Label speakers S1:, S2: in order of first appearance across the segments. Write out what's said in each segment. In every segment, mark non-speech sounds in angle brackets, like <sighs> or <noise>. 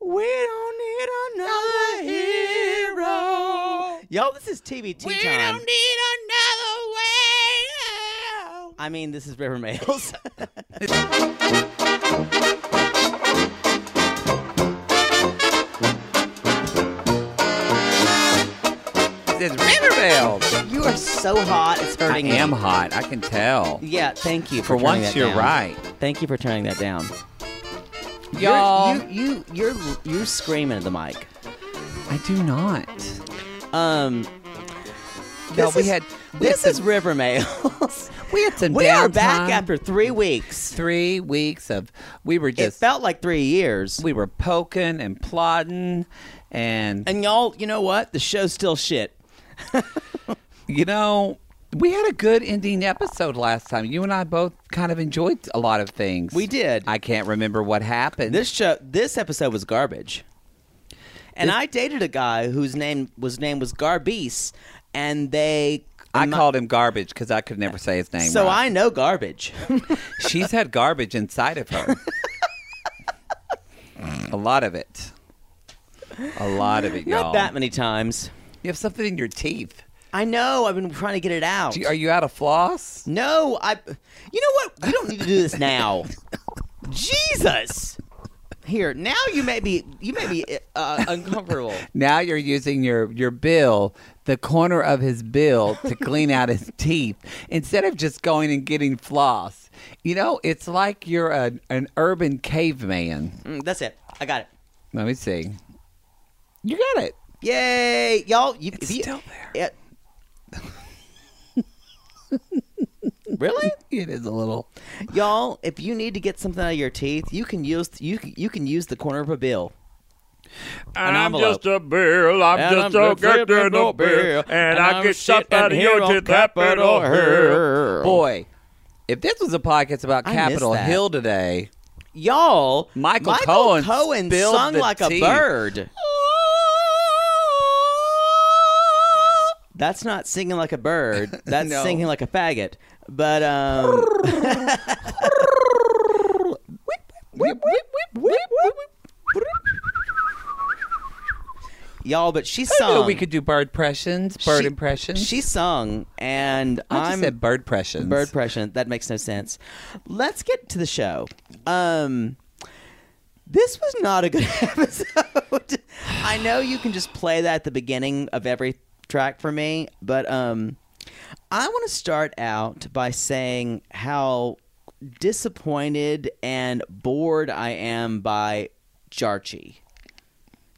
S1: We don't need another hero. Yo, this is TBT
S2: we
S1: time.
S2: don't need another way. out.
S1: I mean, this is River <laughs> Mails.
S3: This is Rivervale.
S1: you are so hot, it's
S3: I
S1: hurting me.
S3: am hot. I can tell.
S1: Yeah, thank you. For,
S3: For
S1: turning
S3: once,
S1: that
S3: you're
S1: down.
S3: right.
S1: Thank you for turning that down. You're-
S3: Y'all.
S1: you you you're you're screaming at the mic.
S3: I do not.
S1: Um,
S3: Y'all,
S1: this
S3: we
S1: is-
S3: had. we had
S1: this
S3: some-
S1: is River Mails.
S3: We had
S1: <laughs>
S3: some
S1: we are back
S3: downtime.
S1: after three weeks.
S3: three weeks of. We were
S1: It
S3: just.
S1: felt like three years.
S3: we were poking and plotting, and,
S1: and y'all, you know what? The show's still shit.
S3: you know. We had a good ending episode last time. You and I both kind of enjoyed a lot of things.
S1: We did.
S3: I can't remember what happened.
S1: This show, this episode was garbage. And I dated a guy whose name was name was Garbice, and they.
S3: I
S1: my-
S3: called him garbage because I could never say his name.
S1: So
S3: right.
S1: I know garbage. <laughs>
S3: She's had garbage inside of her. a lot of it. A lot of it, y'all.
S1: Not that many times.
S3: You have something in your teeth.
S1: I know. I've been trying to get it out.
S3: Do you- are you out of floss?
S1: No, I. You know what? We don't need to do this
S3: <laughs>
S1: now. Jesus. Here now, you may be you may be uh,
S3: <laughs>
S1: uncomfortable.
S3: Now you're using your your bill, the corner of his bill,
S1: <laughs>
S3: to clean out his teeth instead of just going and getting floss. You know, it's like you're an an urban caveman.
S1: Mm, that's it. I got it.
S3: Let me see. You got it.
S1: Yay, y'all! You, if you-
S3: still there.
S1: it-
S3: <laughs>
S1: really,
S3: It is a little.
S1: y'all? If you need to get something out of your teeth, you can use you can- you can use the corner of a bill. An
S4: I'm
S1: envelope.
S4: just a bill. I'm
S1: And
S4: just
S1: I'm
S4: a
S1: just a
S4: getting
S1: bill,
S4: a bill, and I
S1: I'm
S4: get
S1: sitting
S4: something out of
S1: here
S4: your
S1: on
S4: to capital here.
S3: Boy, if this was a podcast about
S1: I miss
S3: Capitol
S1: that.
S3: Hill today.
S1: Y'all,
S3: Michael Cohen
S1: Cohen
S3: spilled
S1: sung
S3: the
S1: like a
S3: tea.
S1: bird. That's not singing like a
S3: <laughs>
S1: bird. That's
S3: No.
S1: singing like a faggot. But um, y'all, but she
S3: I knew
S1: sung.
S3: we could do bird impressions. Bird
S1: She-
S3: impressions.
S1: She sung, and
S3: I just
S1: am
S3: said bird impressions.
S1: Bird impression. That makes no sense. Let's get to the show. Um, this was not a good <laughs> episode. I know you can just play that at the beginning of every track for me, but um, I want to start out by saying how disappointed and bored I am by Jarchi,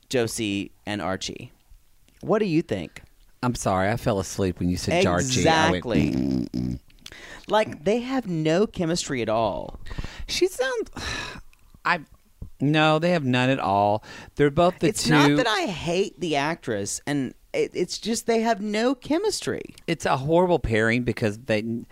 S1: Josie, and Archie. What do you think?
S3: I'm sorry, I fell asleep when you said Jarchi. I went,
S1: Exactly. like they have no chemistry at all.
S3: she sounds. <sighs> I. No, they have none at all. They're both the
S1: it's
S3: two.
S1: not that I hate the actress, and it, it's just they have no chemistry.
S3: it's a horrible pairing because they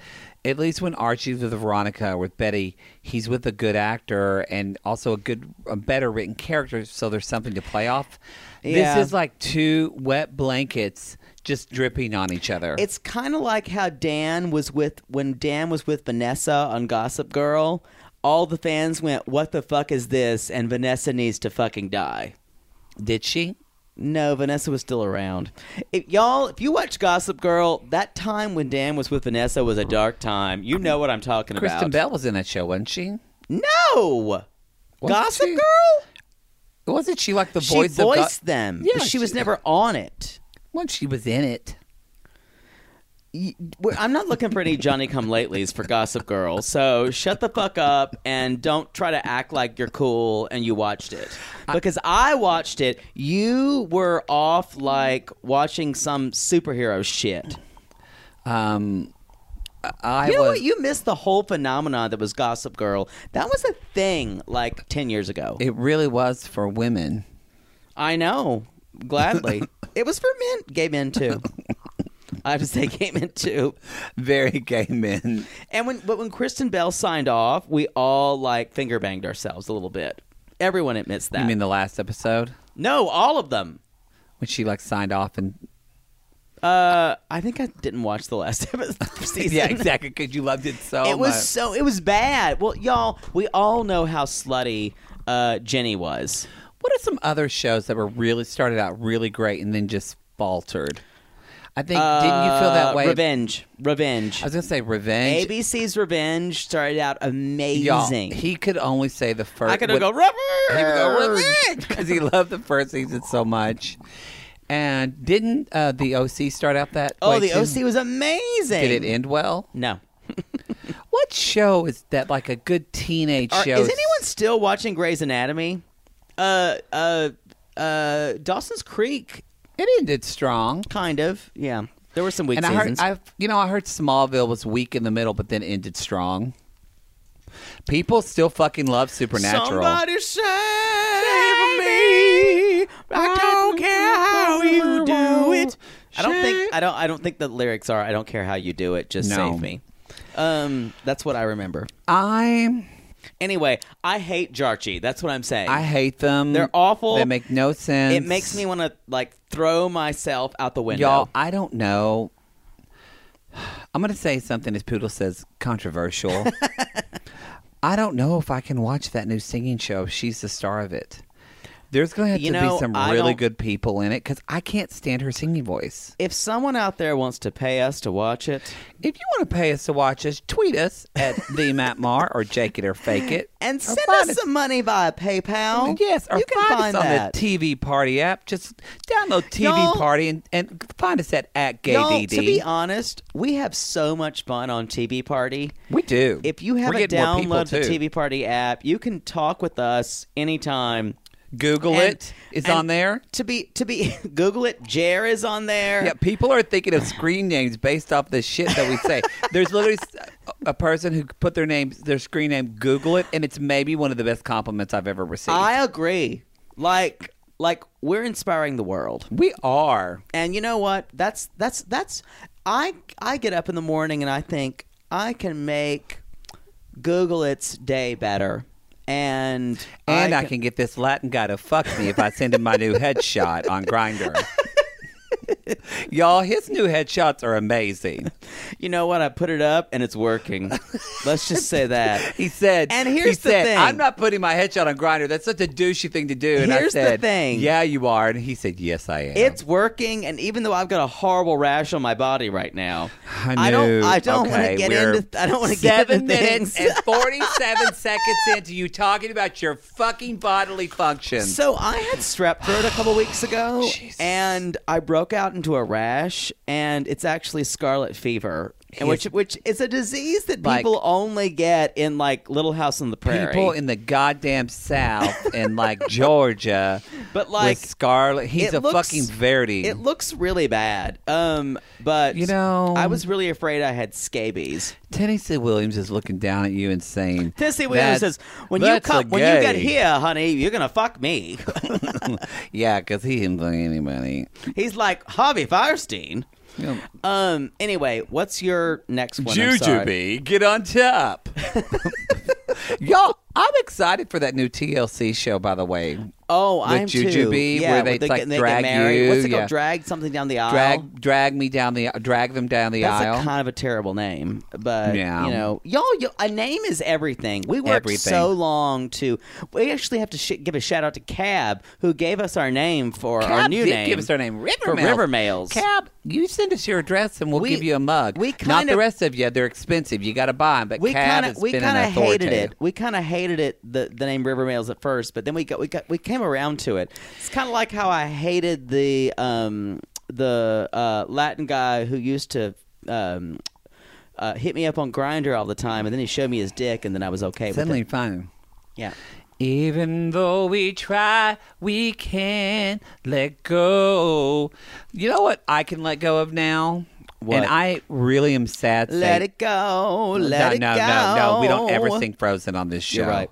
S3: at least when Archie's with Veronica or with Betty, he's with a good actor and also a good a better written character, so there's something to play off.
S1: Yeah.
S3: This is like two wet blankets just dripping on each other.
S1: It's kind of like how Dan was with when Dan was with Vanessa on Gossip Girl. All the fans went, "What the fuck is this?" And Vanessa needs to fucking die.
S3: Did she?
S1: No, Vanessa was still around. If y'all, if you watch Gossip Girl, that time when Dan was with Vanessa was a dark time. You know what I'm talking
S3: Kristen
S1: about.
S3: Bell was in that show, wasn't she?
S1: No.
S3: Wasn't
S1: Gossip
S3: she?
S1: Girl?
S3: Wasn't she like the
S1: She
S3: voice of
S1: voiced
S3: God?
S1: them.
S3: Yeah,
S1: but she, was
S3: she-
S1: never on it.
S3: When she was in it.
S1: Y- we're- I'm not looking for any Johnny come latelys for Gossip Girl. So shut the fuck up and don't try to act like you're cool and you watched it. Because I watched it. You were off like watching some superhero shit.
S3: Um I
S1: You know
S3: was
S1: what? You missed the whole phenomenon that was Gossip Girl. That was a thing like 10 years ago.
S3: it really was for women.
S1: I know. Gladly.
S3: <laughs>
S1: it was for men, gay men too. I have to say gay men too.
S3: Very gay men.
S1: And when but when Kristen Bell signed off, we all like finger banged ourselves a little bit. Everyone admits that.
S3: You mean the last episode?
S1: no, all of them.
S3: When she like signed off and <laughs>
S1: Uh, I think I didn't watch the last <laughs> episode season.
S3: Yeah, exactly, because you loved it so
S1: It was
S3: much.
S1: so it was bad. Well, y'all, we all know how slutty uh, Jenny was.
S3: What are some other shows that were really started out really great and then just faltered? I think didn't you feel that
S1: Uh,
S3: way?
S1: Revenge, revenge.
S3: I was gonna say revenge.
S1: ABC's Revenge started out
S3: Y'all,
S1: amazing.
S3: he could only say the first.
S1: I could
S3: what-
S1: go rubber.
S3: because he loved the first season so much. And didn't uh, the OC start out that?
S1: Oh,
S3: way,
S1: the
S3: too?
S1: OC was amazing.
S3: Did it end well?
S1: No.
S3: What show is that? Like a good teenage
S1: Are-
S3: show?
S1: is anyone still watching Grey's Anatomy? Uh, uh, uh, Dawson's Creek,
S3: It ended strong.
S1: kind of. Yeah, there were some weak
S3: And I heard,
S1: seasons.
S3: I you know, I heard Smallville was weak in the middle, but then ended strong. People still fucking love Supernatural.
S1: Somebody save me! I don't care how you do it. I don't think I don't I don't think the lyrics are I don't care how you do it, just
S3: No.
S1: save me. Um, that's what I remember.
S3: I
S1: Anyway, I hate Jarchi. That's what I'm saying.
S3: I hate them.
S1: They're awful.
S3: They make no sense.
S1: it makes me want to like throw myself out the window.
S3: Y'all, I don't know. I'm going to say something, as Poodle says,
S1: <laughs>
S3: controversial. I don't know if I can watch that new singing show. She's the star of it. There's going to have
S1: You
S3: to
S1: know,
S3: be some
S1: I
S3: really
S1: don't-
S3: good people in it because I can't stand her singing voice.
S1: If someone out there wants to pay us to watch it,
S3: If you want to pay us to watch us, tweet us
S1: <laughs>
S3: at the Matt Mar or Jake it or fake it,
S1: and
S3: Or
S1: send
S3: find Mm,
S1: us some money via PayPal.
S3: Yes, or
S1: you can
S3: find,
S1: find
S3: us on
S1: that.
S3: the TV Party app. Just download TV
S1: Y'all-
S3: Party and, and find us at at
S1: Y'all,
S3: GayDD.
S1: to be honest, we have so much fun on TV Party.
S3: we do.
S1: If you
S3: We're
S1: haven't
S3: getting more people,
S1: downloaded the
S3: too.
S1: TV Party app, you can talk with us anytime.
S3: Google
S1: And-
S3: it. It's
S1: and
S3: on there.
S1: To be to be <laughs> Google it. Jer is on there.
S3: Yeah, people are thinking of screen names based off the shit that we
S1: <laughs>
S3: say. There's literally s- a person who put their name, their screen name, Google it, and it's maybe one of the best compliments I've ever received.
S1: I agree. Like like we're inspiring the world.
S3: we are.
S1: And you know what? That's that's that's I I get up in the morning and I think I can make Google its day better. And
S3: And I
S1: can-
S3: can, get this Latin guy to fuck me if I send him my new headshot on Grinder.
S1: <laughs>
S3: Y'all, his new headshots are amazing.
S1: you know what? I put it up and it's
S3: <laughs>
S1: working. Let's just say that.
S3: He said,
S1: And
S3: he
S1: here's the
S3: said,
S1: thing.
S3: I'm not putting my headshot on Grinder. That's such a douchey thing to do. And
S1: Here's
S3: I
S1: the
S3: said,
S1: thing.
S3: Yeah, you are. And he said, Yes, I am.
S1: It's working, and even though I've got a horrible rash on my body right
S3: <sighs>
S1: now,
S3: I
S1: don't.
S3: knew.
S1: I don't want
S3: Okay,
S1: to get
S3: we're
S1: into. I don't
S3: <laughs>
S1: want to get
S3: seven
S1: into
S3: minutes
S1: things. <laughs>
S3: and 47 seconds into you talking about your fucking bodily functions.
S1: So I had strep throat a couple weeks ago,
S3: <sighs>
S1: and I broke out into a rash, and it's actually scarlet fever, and which which is a disease that
S3: Like-
S1: people only get in like Little House on the Prairie.
S3: People in the goddamn South and like Georgia,
S1: But, like,
S3: with Scarlet, he's
S1: it
S3: a
S1: looks-
S3: fucking Verdi.
S1: it looks really bad. Um, but
S3: You know-
S1: I was really afraid I had scabies.
S3: Tennessee Williams is looking down at you and saying,
S1: Tennessee Williams
S3: "That's-
S1: says, "When you
S3: that's a
S1: come, when you get
S3: gay."
S1: here, honey, you're gonna fuck
S3: <laughs>
S1: me."
S3: yeah, because he didn't bring anybody."
S1: He's like Harvey Firestein.
S3: You know,
S1: Um. Anyway, what's your next one? I'm sorry.
S3: Jujubee, get on top. <laughs> Y'all, I'm excited for that new TLC show, by the way.
S1: Oh, I'm too.
S3: Jujubee,
S1: Yeah,
S3: where they,
S1: get-
S3: like,
S1: they get
S3: drag
S1: married.
S3: you,
S1: What's it called?
S3: yeah.
S1: Drag something down the aisle.
S3: Drag drag me down the drag them down the
S1: That's
S3: aisle.
S1: a kind of a terrible name, but
S3: Yeah.
S1: you know, y'all, y- a name is everything. We worked
S3: Everything.
S1: so long to. We actually have to sh- give a shout out to Cab, who gave us our name for our
S3: Cab
S1: new
S3: did
S1: name.
S3: Give us our name. River
S1: for
S3: Mails.
S1: River Mails.
S3: Cab, you send us your address and we'll
S1: We-
S3: give you a mug.
S1: we
S3: not
S1: kind
S3: the
S1: of-
S3: rest of you. They're expensive. You got to buy them. But
S1: we
S3: Cab
S1: kind of
S3: has
S1: we
S3: been
S1: kind
S3: an
S1: of hated
S3: authoritative.
S1: it. We kind of hated it the the name River Mails at first, but then we got we got we came around to it. It's kind of like how I hated the um the uh, Latin guy who used to um uh, hit me up on Grinder all the time, and then he showed me his dick, and then I was okay
S3: Suddenly,
S1: with it.
S3: fine.
S1: Yeah.
S3: Even though we try, we can't let go. You know what I can let go of now?
S1: What?
S3: And I really am sad.
S1: Let
S3: saying-
S1: it go. Let
S3: <laughs> no,
S1: it
S3: no,
S1: go.
S3: no, no. We don't ever sing Frozen on this show.
S1: You're right.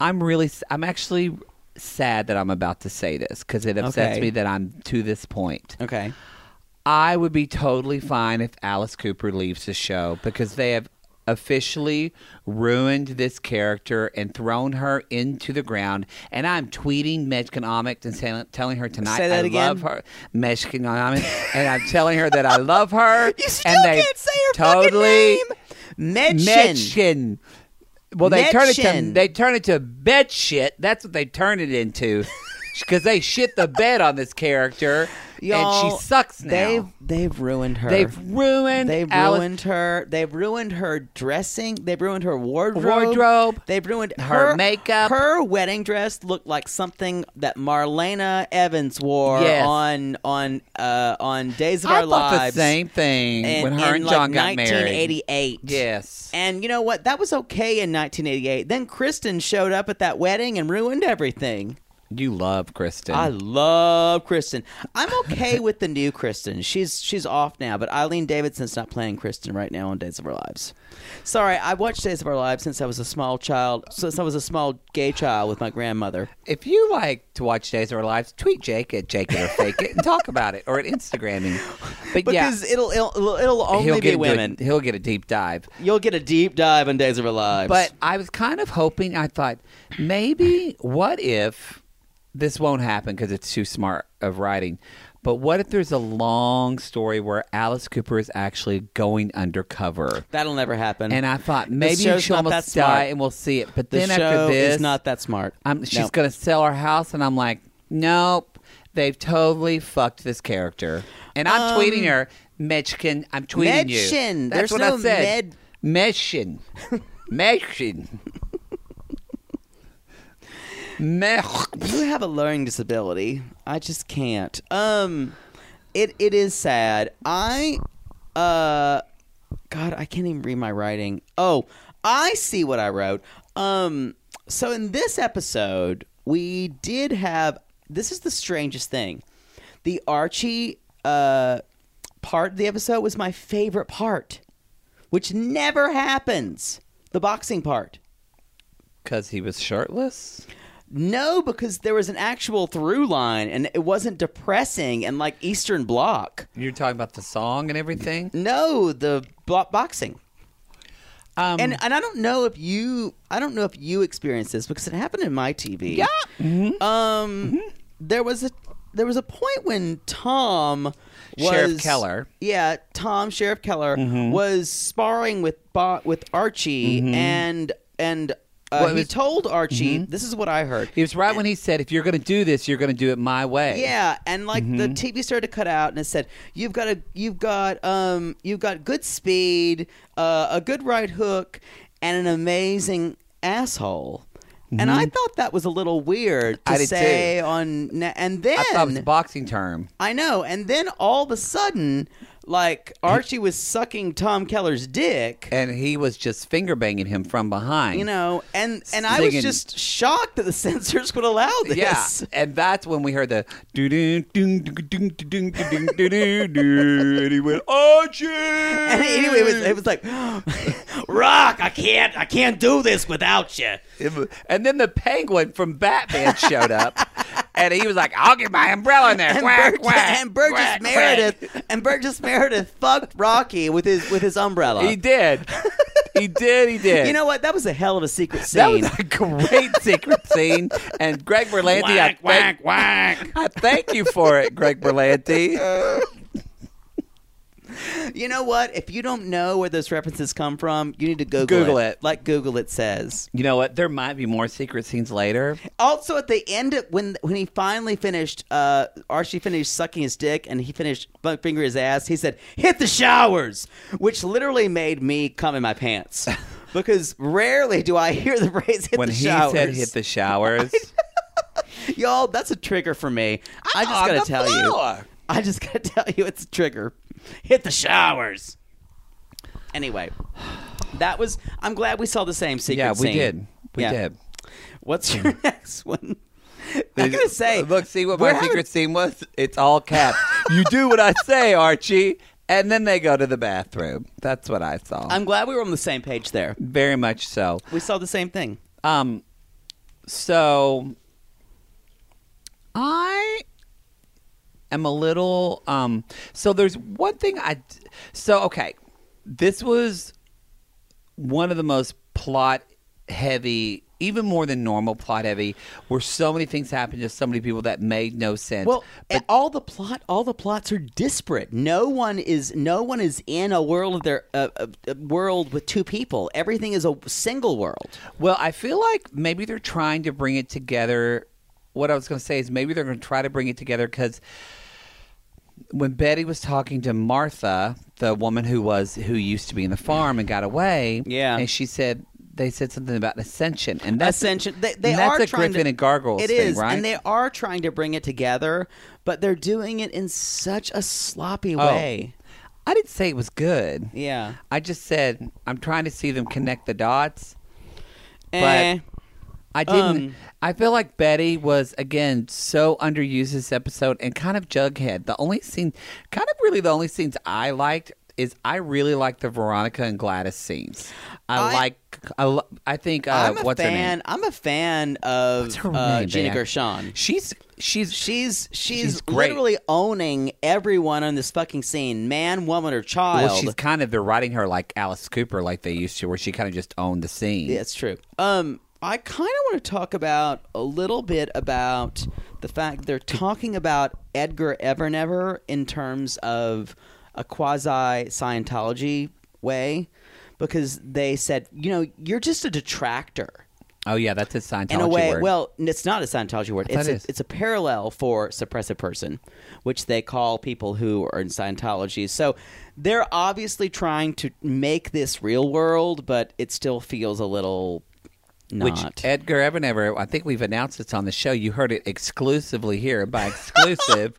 S3: I'm really, s- I'm actually sad that I'm about to say this because it upsets
S1: Okay.
S3: me that I'm to this point.
S1: Okay.
S3: I would be totally fine if Alice Cooper leaves the show because they have officially ruined this character and thrown her into the ground. And I'm tweeting Meshkonomics and saying, telling her tonight
S1: Say that
S3: I
S1: again.
S3: love her. Meshkonomics. and I'm telling her that I love her.
S1: <laughs> You still
S3: and they
S1: can't say her
S3: totally
S1: fucking name. Mention.
S3: Meshkin. Well, they turn it to
S1: Netchin.
S3: they turn it to bed shit. That's what they turn
S1: <laughs>
S3: it into, because they shit the bed on this character, and
S1: Y'all,
S3: she sucks
S1: They've
S3: now.
S1: they've ruined her.
S3: They've, ruined.
S1: They've
S3: Alice-
S1: ruined her. They've ruined her dressing. They've ruined her wardrobe.
S3: Wardrobe.
S1: They've ruined
S3: Her
S1: her,
S3: makeup.
S1: Her wedding dress looked like something that Marlena Evans wore
S3: Yes.
S1: on on uh, on Days of
S3: I
S1: Our
S3: thought
S1: Lives.
S3: the same thing
S1: in-
S3: when her
S1: in,
S3: and John
S1: like
S3: got married.
S1: 1988.
S3: Yes.
S1: And you know what? That was okay in 1988. Then Kristen showed up at that wedding and ruined everything.
S3: You love Kristen.
S1: I love Kristen. I'm okay with the new Kristen. She's she's off now, but Eileen Davidson's not playing Kristen right now on Days of Our Lives. Sorry, I watched Days of Our Lives since I was a small child, since I was a small gay child with my grandmother.
S3: if you like to watch Days of Our Lives, tweet Jake at Jake it or fake it and talk about it or
S1: <laughs>
S3: at Instagramming. But
S1: Because
S3: yeah,
S1: it'll, it'll it'll only
S3: he'll
S1: be
S3: get
S1: women.
S3: A, he'll get a deep dive.
S1: You'll get a deep dive on Days of Our Lives.
S3: But I was kind of hoping. I thought maybe what if this won't happen because it's too smart of writing. But what if there's a long story where Alice Cooper is actually going undercover?
S1: that'll never happen.
S3: And I thought maybe
S1: Mm-hmm. show's
S3: she'll
S1: not
S3: almost
S1: that smart.
S3: die and we'll see it. But
S1: the
S3: then
S1: show
S3: after this,
S1: is not that smart.
S3: I'm, she's
S1: No.
S3: going to sell her house, and I'm like, nope, they've totally fucked this character. And I'm
S1: Um,
S3: tweeting her, Mechkin. I'm tweeting you.
S1: Mechkin. There's
S3: That's what
S1: no
S3: I said. Mechkin. Mechkin. Mech.
S1: you have a learning disability. I just can't. Um, it it is sad. I, uh, God, I can't even read my writing. Oh, I see what I wrote. Um, so in this episode, we did have. This is the strangest thing. The Archie uh part of the episode was my favorite part, which never happens. The boxing part.
S3: Because he was shirtless?
S1: No, because there was an actual through line and it wasn't depressing and like Eastern Bloc.
S3: You're talking about the song and everything?
S1: No, the block boxing.
S3: Um,
S1: And and I don't know if you I don't know if you experienced this because it happened in my TV. Yeah.
S3: Mm-hmm.
S1: Um there was a there was a point when Tom was
S3: Sheriff Keller. Mm-hmm.
S1: Yeah, Tom Sheriff Keller was sparring with Bo- with Archie and and uh,
S3: Well, it
S1: he
S3: was- Mm-hmm.
S1: told Archie, this is what I heard.
S3: he was right when he said, if you're going to do this, you're going to do it my way.
S1: Yeah, and like the
S3: Mm-hmm.
S1: TV started to cut out, and it said, "You've got a, you've got, um, you've got good speed, uh, a good right hook, and an amazing asshole." And I thought that was a little weird to
S3: Mm-hmm. I did
S1: say on on, na- and then
S3: I thought it was a boxing term.
S1: I know, and then all of a sudden, like Archie was sucking Tom Keller's dick.
S3: And he was just finger banging him from behind. <laughs>
S1: you know, and and I was
S3: Singing.
S1: just shocked that the <laughs> censors would allow this. <laughs>
S3: Yeah, and that's when we heard the doo doo doo doo doo doo doo doo doo doo, and he went Archie.
S1: And <laughs> anyway, it was, it was like, <gasps> Rock, I can't, I can't do this without you.
S3: and then the penguin from Batman showed up, <laughs> and he was like, "I'll get my umbrella in there."
S1: And,
S3: Quack,
S1: Burgess,
S3: quack,
S1: and Burgess
S3: quack, quack.
S1: Meredith, and Burgess Meredith fucked Rocky with his with his umbrella. <laughs>
S3: He did. He did. He did.
S1: You know what? That was a hell of a secret scene.
S3: That was a great secret scene, and Greg Berlanti, I,
S4: Whack,
S3: thank,
S4: whack, whack.
S3: I thank you for it, Greg Berlanti.
S1: you know what? If you don't know where those references come from, you need to Google,
S3: Google it.
S1: Like Google it says.
S3: You know what? There might be more secret scenes later.
S1: Also, at the end, of, when when he finally finished, uh, Archie finished sucking his dick, and he finished bu- finger his ass. He said, "Hit the showers," which literally made me come in my
S3: <laughs>
S1: pants because rarely do I hear the phrase "hit
S3: when
S1: the
S3: he
S1: showers."
S3: said hit
S1: <laughs>
S3: the showers.
S1: y'all, that's a trigger for me. I just
S3: on
S1: gotta
S3: the
S1: tell
S3: floor.
S1: you, I just gotta <laughs> tell you, it's a trigger. Hit the showers. Anyway, that was. I'm glad we saw the same secret.
S3: yeah, we
S1: scene.
S3: did. We
S1: Yeah.
S3: did.
S1: What's your <laughs> next one? I'm gonna say.
S3: Look, see what
S1: we're
S3: my
S1: having-
S3: secret scene was? It's all capped. you do what I say, Archie. And then they go to the bathroom. That's what I saw.
S1: I'm glad we were on the same page there.
S3: Very much so.
S1: We saw the same thing.
S3: Um, so I am a little um. So there's one thing I. d- So okay, this was one of the most plot heavy even more than normal plot heavy, where so many things happened to so many people that made no sense.
S1: Well, all the plot, all the plots are disparate. No one is, no one is in a world of their uh, uh, uh, world with two people. Everything is a single world.
S3: Well, I feel like maybe they're trying to bring it together. What I was going to say is maybe they're going to try to bring it together because when Betty was talking to Martha, the woman who was who used to be in the farm and got away,
S1: Yeah.
S3: and she said they said something about ascension, and that's
S1: Ascension. They, they
S3: and that's
S1: are
S3: a
S1: trying
S3: Griffin
S1: to,
S3: and Gargoyles
S1: It is,
S3: thing, right?
S1: and they are trying to bring it together, but they're doing it in such a sloppy
S3: Oh.
S1: way.
S3: I didn't say it was good.
S1: Yeah.
S3: I just said I'm trying to see them connect the dots. uh,
S1: Eh.
S3: I didn't.
S1: Um,
S3: I feel like Betty was again so underused this episode and kind of Jughead. The only scene, kind of really the only scenes I liked is I really liked the Veronica and Gladys scenes. I,
S1: I-
S3: like. I, lo- I think. Uh,
S1: I'm a
S3: what's
S1: fan.
S3: her name?
S1: I'm a fan of
S3: What's her
S1: uh,
S3: name,
S1: Gina
S3: man?
S1: Gershon.
S3: She's she's
S1: She's she's,
S3: She's great.
S1: literally owning everyone on this fucking scene, man, woman, or child.
S3: well, she's kind of they're writing her like Alice Cooper, like they used to, where she kind of just owned the scene.
S1: Yeah, it's true. Um, I kind of want to talk about a little bit about the fact they're talking about Edgar Evernever in terms of a quasi Scientology way, because they said, you know, you're just a detractor
S3: Oh yeah, that's a Scientology
S1: in a way.
S3: word.
S1: Well, n- it's not a Scientology word.
S3: thought
S1: It's
S3: it
S1: a,
S3: is.
S1: it's a parallel for suppressive person, which they call people who are in Scientology. So they're obviously trying to make this real world, but it still feels a little
S3: Which
S1: not.
S3: Edgar Evanever, I think we've announced this on the show. You heard it exclusively here
S1: <laughs>
S3: by exclusive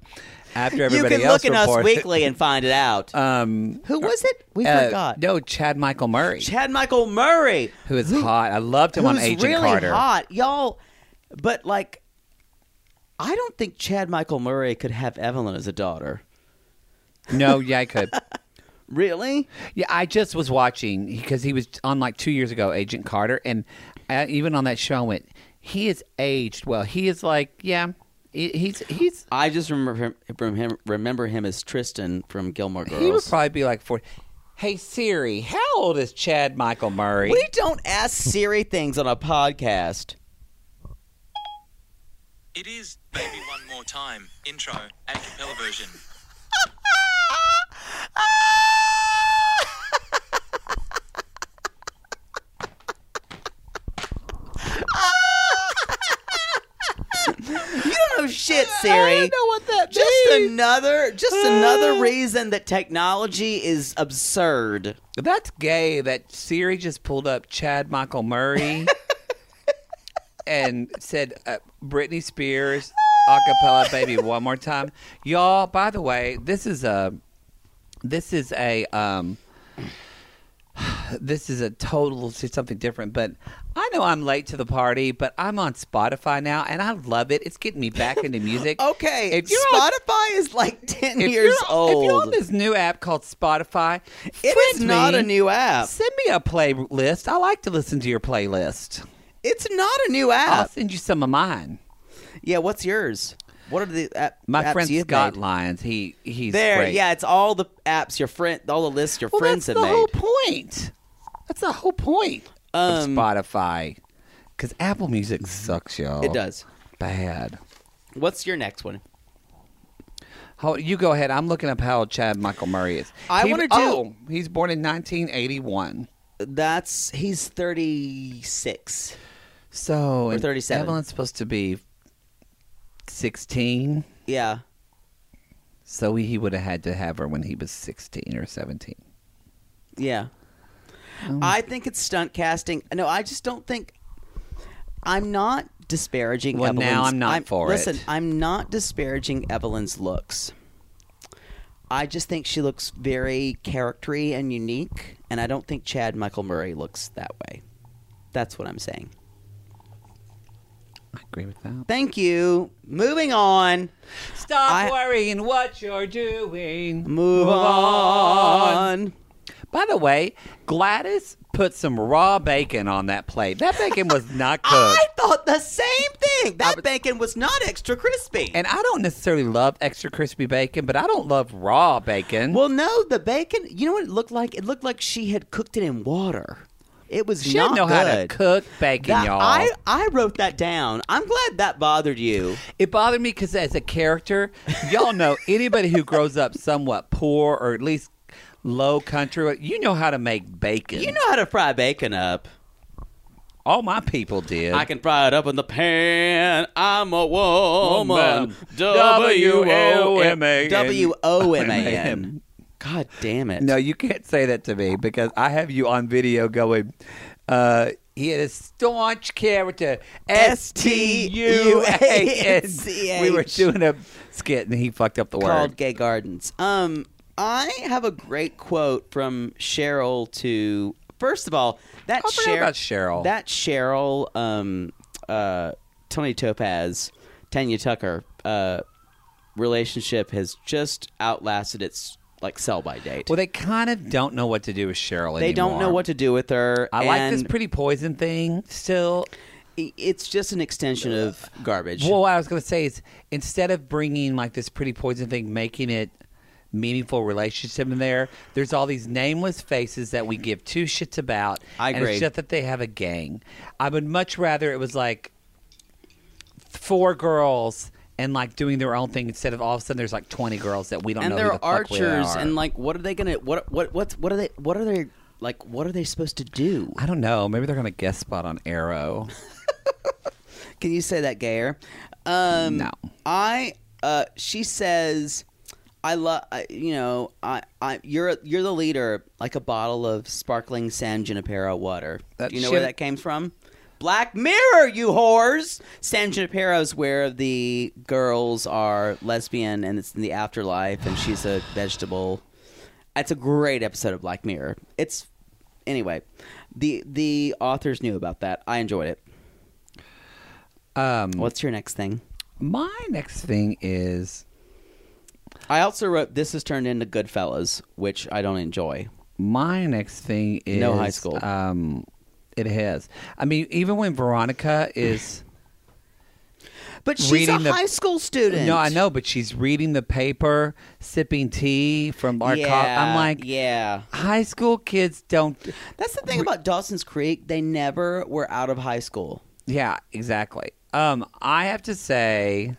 S3: after
S1: you
S3: everybody
S1: can
S3: else
S1: look at us
S3: reported.
S1: weekly and find it out.
S3: Um,
S1: who was it? We
S3: uh,
S1: forgot.
S3: No, Chad Michael Murray,
S1: Chad Michael Murray.
S3: who is hot. I loved him on
S1: who's
S3: Agent
S1: really
S3: Carter.
S1: hot, y'all. But like, I don't think Chad Michael Murray could have Evelyn as a daughter.
S3: No, yeah, I could.
S1: Really?
S3: Yeah, I just was watching because he was on like two years ago, Agent Carter, and I, even on that show, I went, he is aged well. He is like, yeah, he, he's he's
S1: I just remember him, from him, remember him as Tristan from Gilmore Girls.
S3: he would probably be like forty. Hey Siri, how old is Chad Michael Murray?
S1: we don't ask Siri things on a podcast.
S5: It is Baby One More Time, intro, a cappella version.
S1: You don't know shit, Siri.
S3: I don't know Uh. what that
S1: just
S3: means.
S1: another, just another reason that technology is absurd.
S3: That's gay that Siri just pulled up Chad Michael <laughs> Murray and said uh, Britney Spears acapella baby one more time. Y'all, by the way, this is a this is a um this is a total to something different, but I know I'm late to the party, but I'm on Spotify now and I love it. It's getting me back into <laughs> music.
S1: Okay,
S3: If you're on-
S1: Spotify is like <laughs> ten
S3: <laughs> If
S1: years
S3: you're,
S1: old.
S3: If you're on this new app called Spotify,
S1: it is
S3: friend
S1: not
S3: me.
S1: a new app.
S3: Send me a playlist. I like to listen to your playlist. Uh,
S1: It's not a new
S3: I'll
S1: app.
S3: send you some of mine.
S1: Yeah, what's yours? What are the app,
S3: My
S1: apps
S3: friend
S1: you've
S3: Scott
S1: made?
S3: Lyons. He he's
S1: There,
S3: great.
S1: yeah, it's all the apps your friend, all the lists your
S3: Well,
S1: friends
S3: that's
S1: have
S3: the
S1: made.
S3: whole point. That's the whole point of
S1: Um,
S3: Spotify. Because Apple Music sucks, y'all.
S1: It does.
S3: bad.
S1: What's your next one?
S3: How, you go ahead. I'm looking up how old Chad Michael Murray is.
S1: I
S3: He-
S1: wanna do-
S3: Oh, he's born in 1981.
S1: That's he's thirty six.
S3: So
S1: Or
S3: and
S1: 37.
S3: Evelyn's supposed to be 16.
S1: Yeah,
S3: So he would have had to have her when he was 16 or 17.
S1: yeah.
S3: Um,
S1: I think it's stunt casting. No, I just don't think. I'm not disparaging.
S3: Well, now
S1: Evelyn's-
S3: I'm not for
S1: listen,
S3: it.
S1: I'm not disparaging Evelyn's looks. I just think she looks very charactery and unique, and I don't think Chad Michael Murray looks that way. That's what I'm saying.
S3: I agree with that.
S1: Thank you. Moving on.
S3: Stop
S1: I-
S3: worrying what you're doing.
S1: Move on.
S3: By the way, Gladys put some raw bacon on that plate. That bacon was not
S1: <laughs>
S3: cooked.
S1: I thought the same thing. That
S3: was-
S1: bacon was not extra crispy.
S3: and I don't necessarily love extra crispy bacon, but I don't love raw bacon.
S1: well, no, the bacon. You know what it looked like? It looked like she had cooked it in water. It was
S3: She
S1: not
S3: didn't know
S1: good.
S3: how to cook bacon,
S1: That-
S3: y'all.
S1: I, I wrote that down. I'm glad that bothered you.
S3: It bothered me because as a character, y'all know anybody who grows up somewhat poor or at least low country, you know how to make bacon.
S1: You know how to fry bacon up.
S3: all my people did.
S1: I can fry it up in the pan. I'm a woman.
S3: Woman. W-O-M-A-N.
S1: W O M A
S3: <laughs>
S1: N. God damn it.
S3: no, you can't say that to me because I have you on video going. Uh, he had a staunch character. S T U A N C H. We were doing a skit and he fucked up the
S1: called
S3: word.
S1: Gay Gardens. Um, I have a great quote from Cheryl to first of all that
S3: I forgot
S1: Cheryl,
S3: about Cheryl.
S1: that Cheryl um, uh, Tony Topaz Tanya Tucker uh, relationship has just outlasted its like sell by date.
S3: Well, they kind of don't know what to do with Cheryl
S1: they don't know what to do with her.
S3: I like this
S1: and
S3: pretty poison thing still.
S1: i- It's just an extension of garbage.
S3: Well, what I was going to say is instead of bringing like this pretty poison thing, making it meaningful relationship in there, there's all these nameless faces that we give two shits about.
S1: I
S3: And
S1: agree.
S3: it's just that they have a gang. I would much rather it was like four girls and like doing their own thing instead of all of a sudden there's like 20 girls that we don't
S1: and
S3: know
S1: there
S3: who
S1: are
S3: the fuck we
S1: archers,
S3: are.
S1: and like, what are they gonna? What what what's what are they? What are they like? What are they supposed to do?
S3: I don't know. Maybe they're going to guest spot on Arrow.
S1: Can you say that gayer? Um,
S3: No.
S1: I. Uh, she says, "I love you know. I, I you're you're the leader, like a bottle of sparkling San Junipero water.
S3: That
S1: Do you know where
S3: shit-
S1: that came from? Black Mirror, you whores. San Junipero's where the girls are lesbian, and it's in the afterlife, and she's
S3: <sighs>
S1: a vegetable. It's a great episode of Black Mirror. It's anyway, the the authors knew about that. I enjoyed it.
S3: Um,
S1: What's your next thing?
S3: my next thing is
S1: I also wrote this has turned into Goodfellas, which I don't enjoy.
S3: my next thing is
S1: No high school.
S3: Um, it has. I mean, even when Veronica is
S1: But she's
S3: Reading
S1: a
S3: the-
S1: high school <laughs> student.
S3: no, I know, but she's reading the paper, sipping tea from our. co-
S1: Yeah,
S3: I'm like,
S1: yeah.
S3: high school kids don't.
S1: That's the thing about Dawson's Creek; they never were out of high school.
S3: Yeah, exactly. Um, I have to say,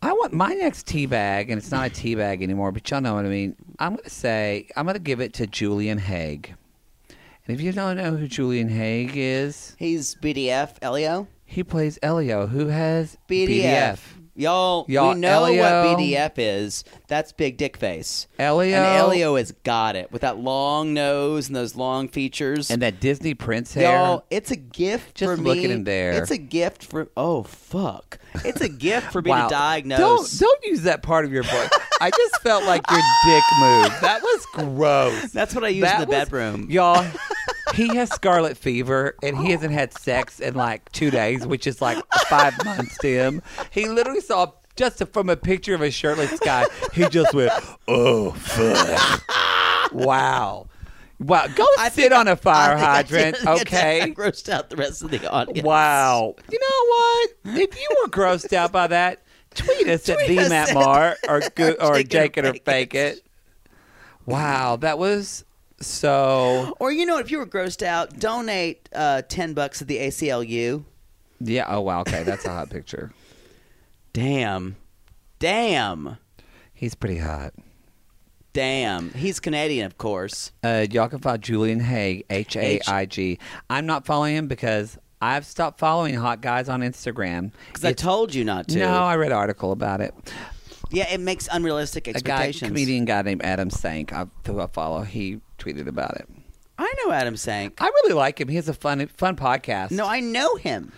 S3: I want my next tea bag, and it's not a tea bag anymore, but y'all know what I mean. I'm gonna say I'm gonna give it to Julian Haig. And if you don't know who Julian Haig is,
S1: He's BDF, Elio.
S3: He plays Elio, who has
S1: BDF. Y'all,
S3: Y'all,
S1: we know
S3: Elio.
S1: what BDF is. That's Big Dick Face.
S3: Elio.
S1: And Elio has got it with that long nose and those long features.
S3: And that Disney prince hair.
S1: Y'all, it's a gift for
S3: Just
S1: me.
S3: look at him there.
S1: It's a gift for oh fuck. It's a gift for me
S3: Wow.
S1: to diagnose.
S3: Don't don't use that part of your voice. I just felt like your dick moved. That was gross.
S1: That's what I use in
S3: That
S1: the
S3: was-
S1: bedroom.
S3: Y'all, he has scarlet fever and he hasn't had sex in like two days, which is like five months to him. He literally saw just from a picture of a shirtless guy, he just went, oh, fuck. wow. Wow. Go sit on a
S1: <laughs>
S3: fire
S1: I think
S3: hydrant,
S1: I did- I
S3: okay?
S1: grossed out the rest of the audience.
S3: Wow. You know what? If you were grossed out by that, tweet us at
S1: <laughs> Tweet
S3: the
S1: us
S3: Matt
S1: at-
S3: Mar or
S1: <laughs>
S3: go, or
S1: Jake
S3: Jake it
S1: and
S3: or
S1: Fake
S3: fake
S1: It.
S3: it. Wow, that was so.
S1: Or you know, if you were grossed out, donate uh, ten bucks to the ACLU.
S3: Yeah. Oh wow. Okay, that's a hot picture.
S1: Damn, damn,
S3: He's pretty hot.
S1: damn. He's Canadian, of course.
S3: Uh, y'all can follow Julian Haig, H A I G. I'm not following him because I've stopped following hot guys on Instagram.
S1: Because I told you not to.
S3: No, I read an article about it.
S1: yeah, it makes unrealistic
S3: A guy,
S1: expectations.
S3: comedian guy named Adam Sank, I, who I follow, he tweeted about it.
S1: I know Adam Sank.
S3: I really like him. He has a fun fun podcast.
S1: No, I know him.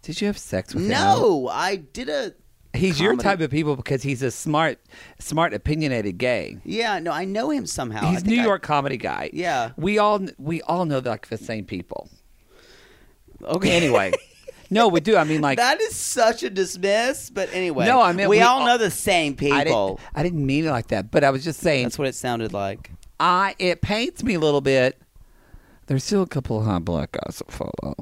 S3: did you have sex with him?
S1: No, I did a.
S3: He's your
S1: Comedy.
S3: type of people because he's a smart, smart, opinionated gay.
S1: Yeah, no, I know him somehow. Oh, I
S3: He's
S1: think
S3: New
S1: I-
S3: York comedy guy.
S1: Yeah.
S3: we all we all know like the same people.
S1: Okay. <laughs>
S3: Anyway, no, we do. I mean, like
S1: that is such a dismiss. But anyway,
S3: No, I meant
S1: we,
S3: we
S1: all
S3: all-
S1: know the same people.
S3: I didn't, I didn't mean it like that, but I was just saying.
S1: That's what it sounded like.
S3: I it pains me a little bit. There's still a couple of hot black guys that follow.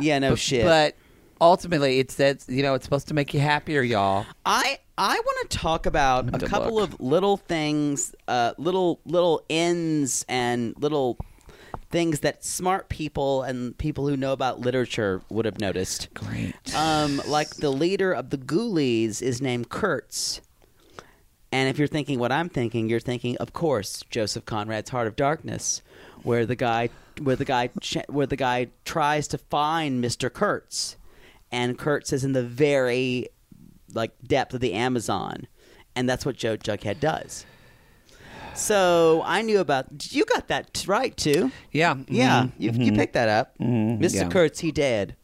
S1: Yeah, no
S3: but,
S1: Oh, shit.
S3: But ultimately, it's that you know it's supposed to make you happier, y'all.
S1: I I want to talk about a
S3: to
S1: couple
S3: look.
S1: of little things, uh, little little ends and little things that smart people and people who know about literature would have noticed.
S3: Great.
S1: Um, like the leader of the Ghoulies is named Kurtz. And if you're thinking what I'm thinking, you're thinking, of course, Joseph Conrad's Heart of Darkness, where the guy, where the guy, ch- where the guy tries to find Mr. Kurtz, and Kurtz is in the very like depth of the Amazon, and that's what Joe Jughead does. So I knew about you got that t- right too.
S3: Yeah.
S1: Yeah, you, you picked that up, Mr.
S3: yeah.
S1: Kurtz. He dead.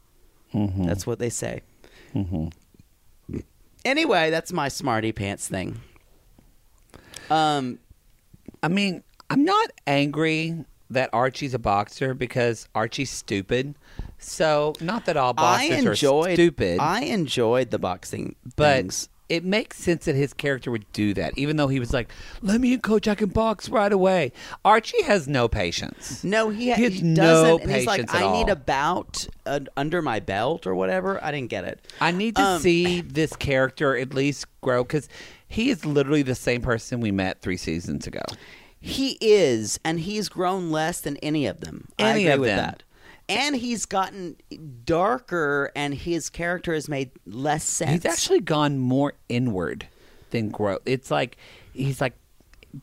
S1: That's what they say. Mm-hmm. Anyway, that's my smarty pants thing. Um,
S3: I mean, I'm not angry that Archie's a boxer because Archie's stupid. So, not that all
S1: I
S3: boxers
S1: enjoyed
S3: are stupid,
S1: I enjoyed the boxing,
S3: but
S1: things.
S3: it makes sense that his character would do that, even though he was like, "Let me in, coach. I can box right away." Archie has no patience.
S1: no, he,
S3: he
S1: he,
S3: had
S1: doesn't.
S3: no
S1: and he's like,
S3: patience at
S1: I need
S3: all.
S1: a bout uh, under my belt or whatever. I didn't get it.
S3: I need to
S1: Um,
S3: see this character at least grow because he is literally the same person we met three seasons ago.
S1: He is, and he's grown less than any of them. I
S3: Any
S1: agree
S3: of
S1: with
S3: them.
S1: that. And he's gotten darker, and his character has made less sense.
S3: He's actually gone more inward than growth. It's like he's like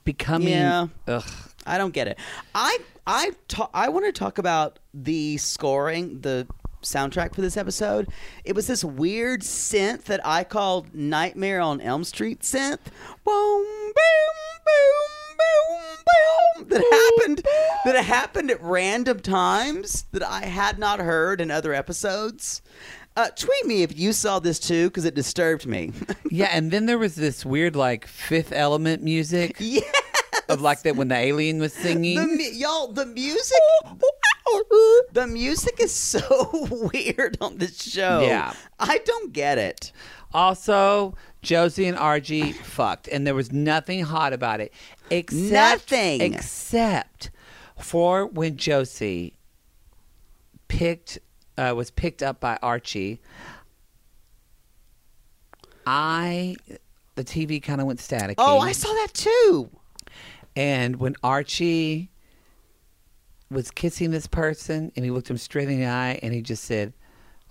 S3: becoming.
S1: Yeah.
S3: Ugh.
S1: I don't get it. I I ta- I want to talk about the scoring, the soundtrack for this episode. It was this weird synth that I called Nightmare on Elm Street synth. Boom, boom, boom, boom, boom. That happened. That it happened at random times that I had not heard in other episodes. Uh, tweet me if you saw this too, because it disturbed me. <laughs>
S3: Yeah, and then there was this weird like Fifth Element music
S1: yeah,
S3: of like that when the alien was
S1: the,
S3: singing.
S1: mu- y'all, the
S3: <laughs>
S1: music. The music is so <laughs> weird on this show.
S3: Yeah.
S1: I don't get it.
S3: Also, Josie and RG fucked, and there was nothing hot about it. Except,
S1: Nothing.
S3: Except for when Josie picked uh, was picked up by Archie. I the TV kind of went static.
S1: Oh, I saw that too.
S3: And when Archie was kissing this person and he looked him straight in the eye and he just said,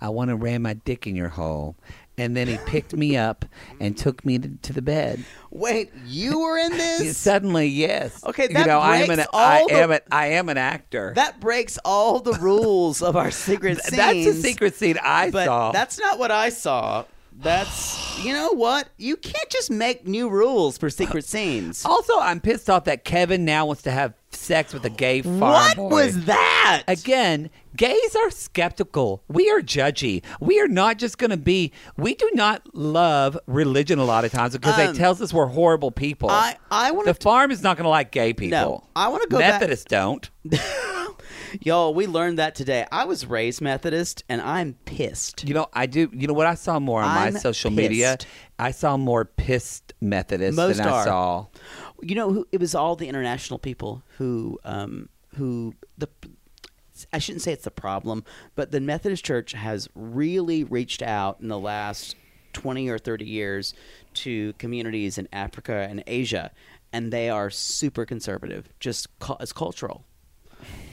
S3: I want to ram my dick in your hole. And then he picked me up and took me to, to the bed.
S1: Wait, you were
S3: <laughs>
S1: in this?
S3: Suddenly, yes.
S1: Okay,
S3: you
S1: that
S3: know, I am
S1: breaks
S3: an
S1: all
S3: I
S1: the-
S3: am an I am an actor.
S1: that breaks all the rules of
S3: <laughs>
S1: our secret scenes.
S3: that's a secret scene I
S1: But
S3: saw.
S1: that's not what I saw. That's you know what? You can't just make new rules for
S3: <laughs>
S1: secret scenes.
S3: also I'm pissed off that Kevin now wants to have sex with a gay farm
S1: what
S3: boy.
S1: was that?
S3: Again, gays are skeptical. We are judgy. We are not just going to be. We do not love religion a lot of times because
S1: Um,
S3: it tells us we're horrible people.
S1: I I want
S3: the
S1: to
S3: farm is not going to like gay people.
S1: I wanna go back-
S3: Methodists don't.
S1: y'all. We learned that today. I was raised Methodist, and I'm pissed.
S3: You know, I do. You know what I saw more on
S1: I'm
S3: my social media?
S1: pissed.
S3: I saw more pissed Methodists
S1: Most
S3: than
S1: are.
S3: I saw.
S1: you know who it was all the international people who um who the I shouldn't say it's the problem, but the Methodist Church has really reached out in the last 20 or 30 years to communities in Africa and Asia, and they are super conservative, just cu- as cultural.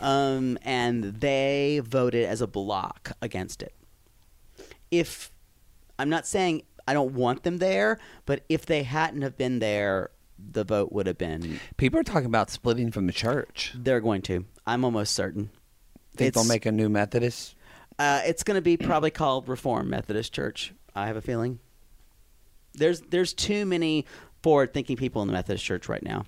S1: Um, and they voted as a block against it if I'm not saying I don't want them there, but if they hadn't have been there, the vote would have been
S3: People are talking about splitting from the church.
S1: they're going to. I'm almost certain.
S3: Think
S1: It's-
S3: they'll make a new Methodist?
S1: Uh, it's going to be probably called Reform Methodist Church. I have a feeling. There's there's too many forward-thinking people in the Methodist Church right now.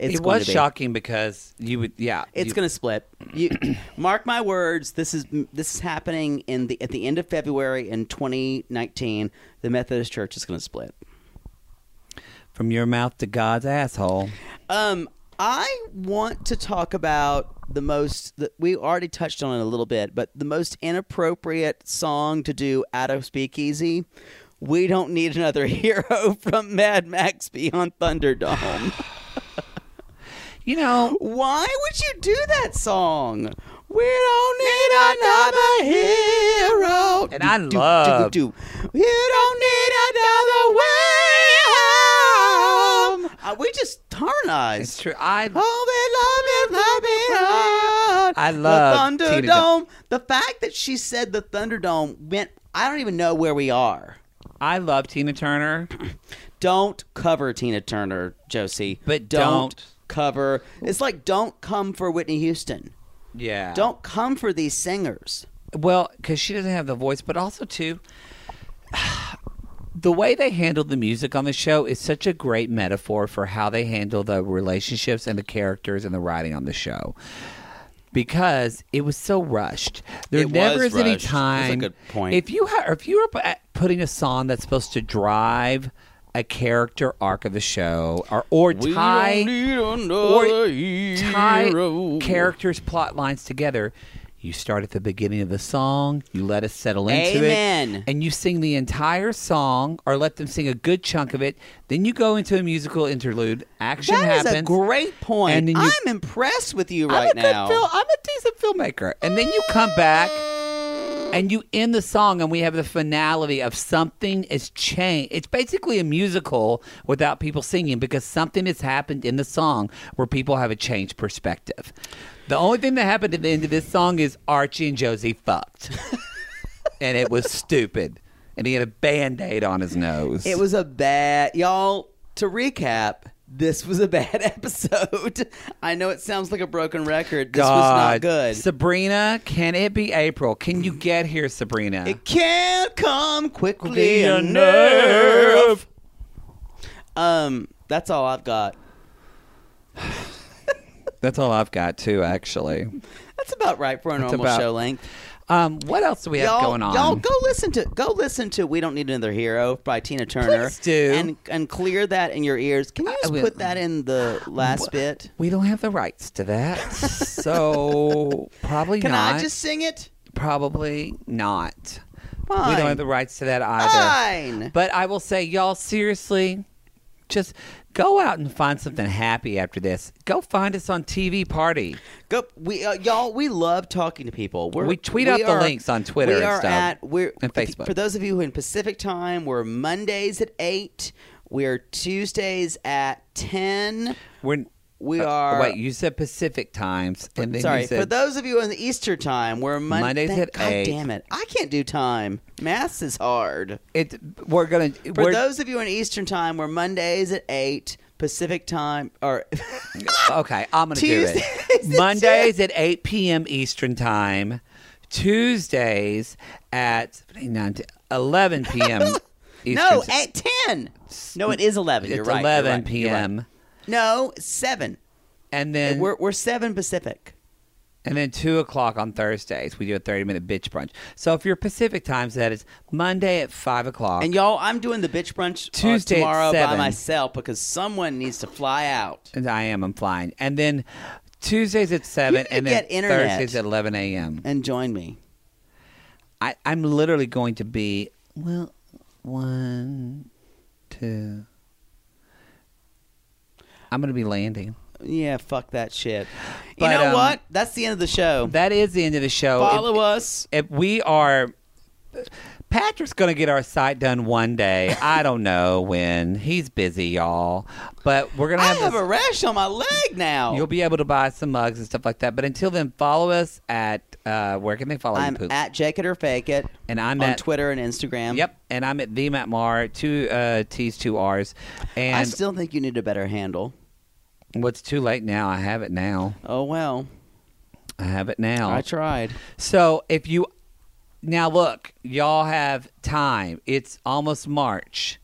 S1: It's
S3: it
S1: going
S3: was
S1: to be.
S3: shocking because you would, yeah.
S1: It's
S3: you-
S1: going to split. You, <coughs> mark my words. This is this is happening in the at the end of February in 2019. The Methodist Church is going to split.
S3: from your mouth to God's asshole.
S1: Um, I want to talk about the most that we already touched on it a little bit, but the most inappropriate song to do out of Speakeasy. We don't need another <laughs> hero from Mad Max Beyond Thunderdome.
S3: <sighs> You know,
S1: Why would you do that song? We don't need another hero.
S3: And I love-
S1: Do, do, do. You don't need another way home. Uh, we just
S3: it's
S1: harmonized.
S3: true. I
S1: Oh, God.
S3: I
S1: the
S3: love Tina Turner.
S1: Thunderdome. The fact that she said the Thunderdome meant I don't even know where we are.
S3: I love Tina Turner.
S1: Don't cover Tina Turner, Josie.
S3: But don't.
S1: cover. It's like don't come for Whitney Houston.
S3: Yeah.
S1: Don't come for these singers.
S3: Well, because she doesn't have the voice, but also too, the way they handle the music on the show is such a great metaphor for how they handle the relationships and the characters and the writing on the show. Because it was so rushed, there
S1: It
S3: never
S1: was
S3: is any
S1: rushed. That's a
S3: time.
S1: good point.
S3: If you ha- or if you are pu- putting a song that's supposed to drive a character arc of the show, or or tie or tie characters plot lines together you start at the beginning of the song you let us settle into
S1: Amen.
S3: it and you sing the entire song or let them sing a good chunk of it then you go into a musical interlude action
S1: That is
S3: happens
S1: a great point.
S3: And then you-
S1: I'm impressed with you
S3: I'm
S1: right
S3: a good
S1: now.
S3: fil- i'm a decent filmmaker and then you come back and you end the song and we have the finality of something is changed it's basically a musical without people singing because something has happened in the song where people have a changed perspective the only thing that happened at the end of this song is archie and josie fucked
S1: <laughs>
S3: and it was stupid and he had a band-aid on his nose
S1: It was a bad y'all. To recap, this was a <laughs> bad episode. I know it sounds like a broken record. This was not
S3: God.
S1: good.
S3: Uh, sabrina can it be april can you get here sabrina
S1: It can't come quickly
S3: Quickly
S1: enough. Um, that's all I've got.
S3: that's all i've got too actually
S1: That's about right for a normal
S3: about-
S1: show length.
S3: um, what else do we have
S1: y'all,
S3: going on
S1: y'all go listen to go listen to "We Don't Need Another Hero" by Tina Turner.
S3: Please do.
S1: and and clear that in your ears. Can you
S3: I
S1: just
S3: will.
S1: put that in the last bit?
S3: We don't have the rights
S1: <laughs>
S3: to that, so probably
S1: Can
S3: not.
S1: I just sing it?
S3: probably not. We
S1: Fine.
S3: don't have the rights to that either.
S1: Fine.
S3: But I will say, y'all, seriously, just go out and find something happy after this. Go find us on TV Party.
S1: Go, we uh, y'all. We love talking to people. We're,
S3: We tweet out the
S1: are-
S3: links on Twitter
S1: We
S3: and
S1: are
S3: stuff.
S1: at we're
S3: And Facebook.
S1: For those of you who in Pacific time, we're Mondays at eight. We're Tuesdays at ten.
S3: We're
S1: We
S3: uh,
S1: are.
S3: wait. You said Pacific times, and then
S1: sorry
S3: you said
S1: for those of you in the Easter time. We're Mon-
S3: Mondays
S1: thank-
S3: at
S1: God
S3: 8.
S1: Damn it! I can't do time. Mass is hard.
S3: it. We're gonna.
S1: For
S3: we're,
S1: those of you in Eastern time, we're Mondays at eight Pacific time or <laughs>
S3: Okay, I'm gonna do
S1: Tuesdays
S3: it.
S1: at
S3: Mondays at 8 p.m. Eastern time. Tuesdays at 9 to 11 p.m.
S1: <laughs>
S3: Eastern
S1: no
S3: time.
S1: at ten. No, it is eleven.
S3: It's
S1: you're right.
S3: 11
S1: you're right, you're right.
S3: p.m.
S1: No, seven.
S3: And then
S1: We're we're seven Pacific.
S3: and then two o'clock on Thursdays we do a 30 minute bitch brunch. So if you're Pacific times, that is Monday at five o'clock.
S1: And y'all, I'm doing the bitch brunch uh,
S3: Tuesday at
S1: tomorrow by
S3: seven.
S1: myself because someone needs to fly out.
S3: And I am. I'm flying. And then Tuesdays at seven.
S1: need to
S3: And then
S1: get internet.
S3: Thursdays at 11 a.m.
S1: And join me.
S3: I, I'm literally going to be well, one, two. I'm going to be landing.
S1: Yeah, fuck that shit.
S3: But,
S1: you know
S3: um,
S1: what? That's the end of the show.
S3: That is the end of the show.
S1: Follow us.
S3: If, if we are, Patrick's going to get our site done one day. I don't know when. He's busy, y'all. But we're going to
S1: I
S3: have.
S1: have
S3: this-
S1: a rash on my leg now.
S3: You'll be able to buy some mugs and stuff like that. But until then, follow us at uh, where can they follow you?
S1: I'm
S3: Poop?
S1: at Jake it or fake it
S3: and I'm
S1: on
S3: at
S1: Twitter and Instagram.
S3: Yep, and I'm at the Matt Mar two uh, T's two R's. And
S1: I still think you need a better handle.
S3: What's too late now? I have it now.
S1: Oh well,
S3: I have it now.
S1: I tried.
S3: so if you now look, y'all have time. It's almost March.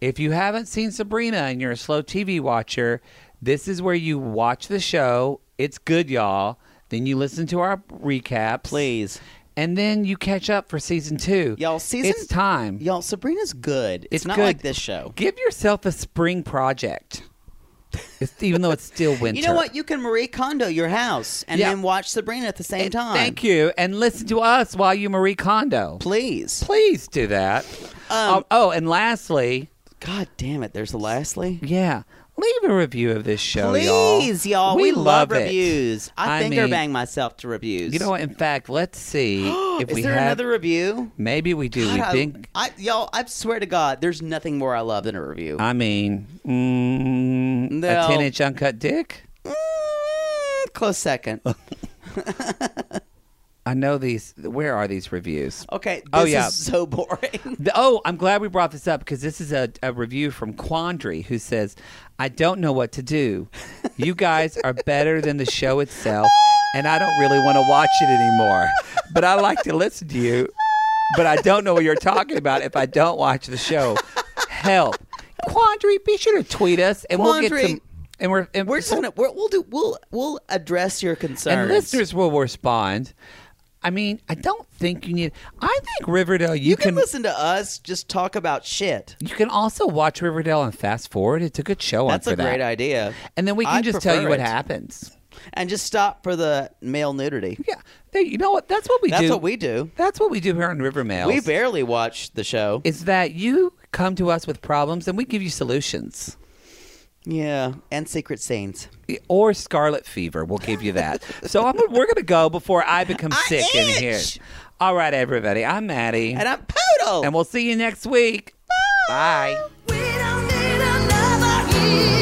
S3: If you haven't seen Sabrina and you're a slow TV watcher, this is where you watch the show. It's good, y'all. Then you listen to our recaps,
S1: Please,
S3: and then you catch up for season two.
S1: Y'all, season-
S3: it's time.
S1: y'all. Sabrina's good. It's,
S3: It's
S1: not
S3: good.
S1: like this show.
S3: Give yourself a spring project, it's, even though it's still
S1: <laughs>
S3: winter.
S1: You know what? You can Marie Kondo your house and
S3: Yeah.
S1: then watch Sabrina at the same
S3: And
S1: time.
S3: Thank you, and listen to us while you Marie Kondo.
S1: Please.
S3: Please do that. Um, oh, and lastly,
S1: God damn it. There's a Lastly.
S3: yeah, leave a review of this show, y'all.
S1: Please, y'all. We, love,
S3: love it.
S1: reviews. I,
S3: I
S1: finger
S3: mean-
S1: bang myself to reviews.
S3: You know what? In fact,
S1: <gasps>
S3: let's see if
S1: Is
S3: we
S1: there
S3: have.
S1: another review?
S3: maybe we do.
S1: God,
S3: we
S1: I,
S3: think.
S1: I, y'all, I swear to God, there's nothing more I love than a review.
S3: I mean, mm,
S1: No.
S3: a ten-inch uncut dick. Oh,
S1: Mm, close second.
S3: I know these. Where are these reviews?
S1: Okay. This
S3: Oh, yeah.
S1: is so
S3: <laughs>
S1: boring.
S3: The- oh, I'm glad we brought this up because this is a, a review from Quandary who says, I don't know what to do. You guys are better than the show itself, and I don't really want to watch it anymore. But I like to listen to you, but I don't know what you're talking about if I don't watch the show. Help. Quandary, be sure to tweet us and we'll get
S1: Quandary.
S3: some. And we're, and
S1: We're just gonna we're, we'll do we'll we'll address your concerns.
S3: and listeners will respond. I mean, I don't think you need. I think Riverdale, you,
S1: you can listen to us just talk about shit.
S3: You can also watch Riverdale on fast forward. It's a good show
S1: That's
S3: on
S1: a
S3: for
S1: great
S3: that.
S1: idea.
S3: And then we can
S1: I'd
S3: just tell you
S1: prefer
S3: what
S1: it.
S3: happens.
S1: And just stop for the male nudity.
S3: Yeah, There- you know what? That's what we
S1: That's
S3: do.
S1: what we do.
S3: That's what we do here on River Mails.
S1: We barely watch the show.
S3: is that you come to us with problems and we give you solutions.
S1: yeah, and secret scenes.
S3: Or scarlet fever, we'll give
S1: <laughs>
S3: you that. so I'm, we're going to go before I become
S1: I
S3: sick in here.
S1: itch.
S3: All right, everybody. I'm Maddie,
S1: And I'm poodle.
S3: and we'll see you next week. Bye.
S2: We don't need another year.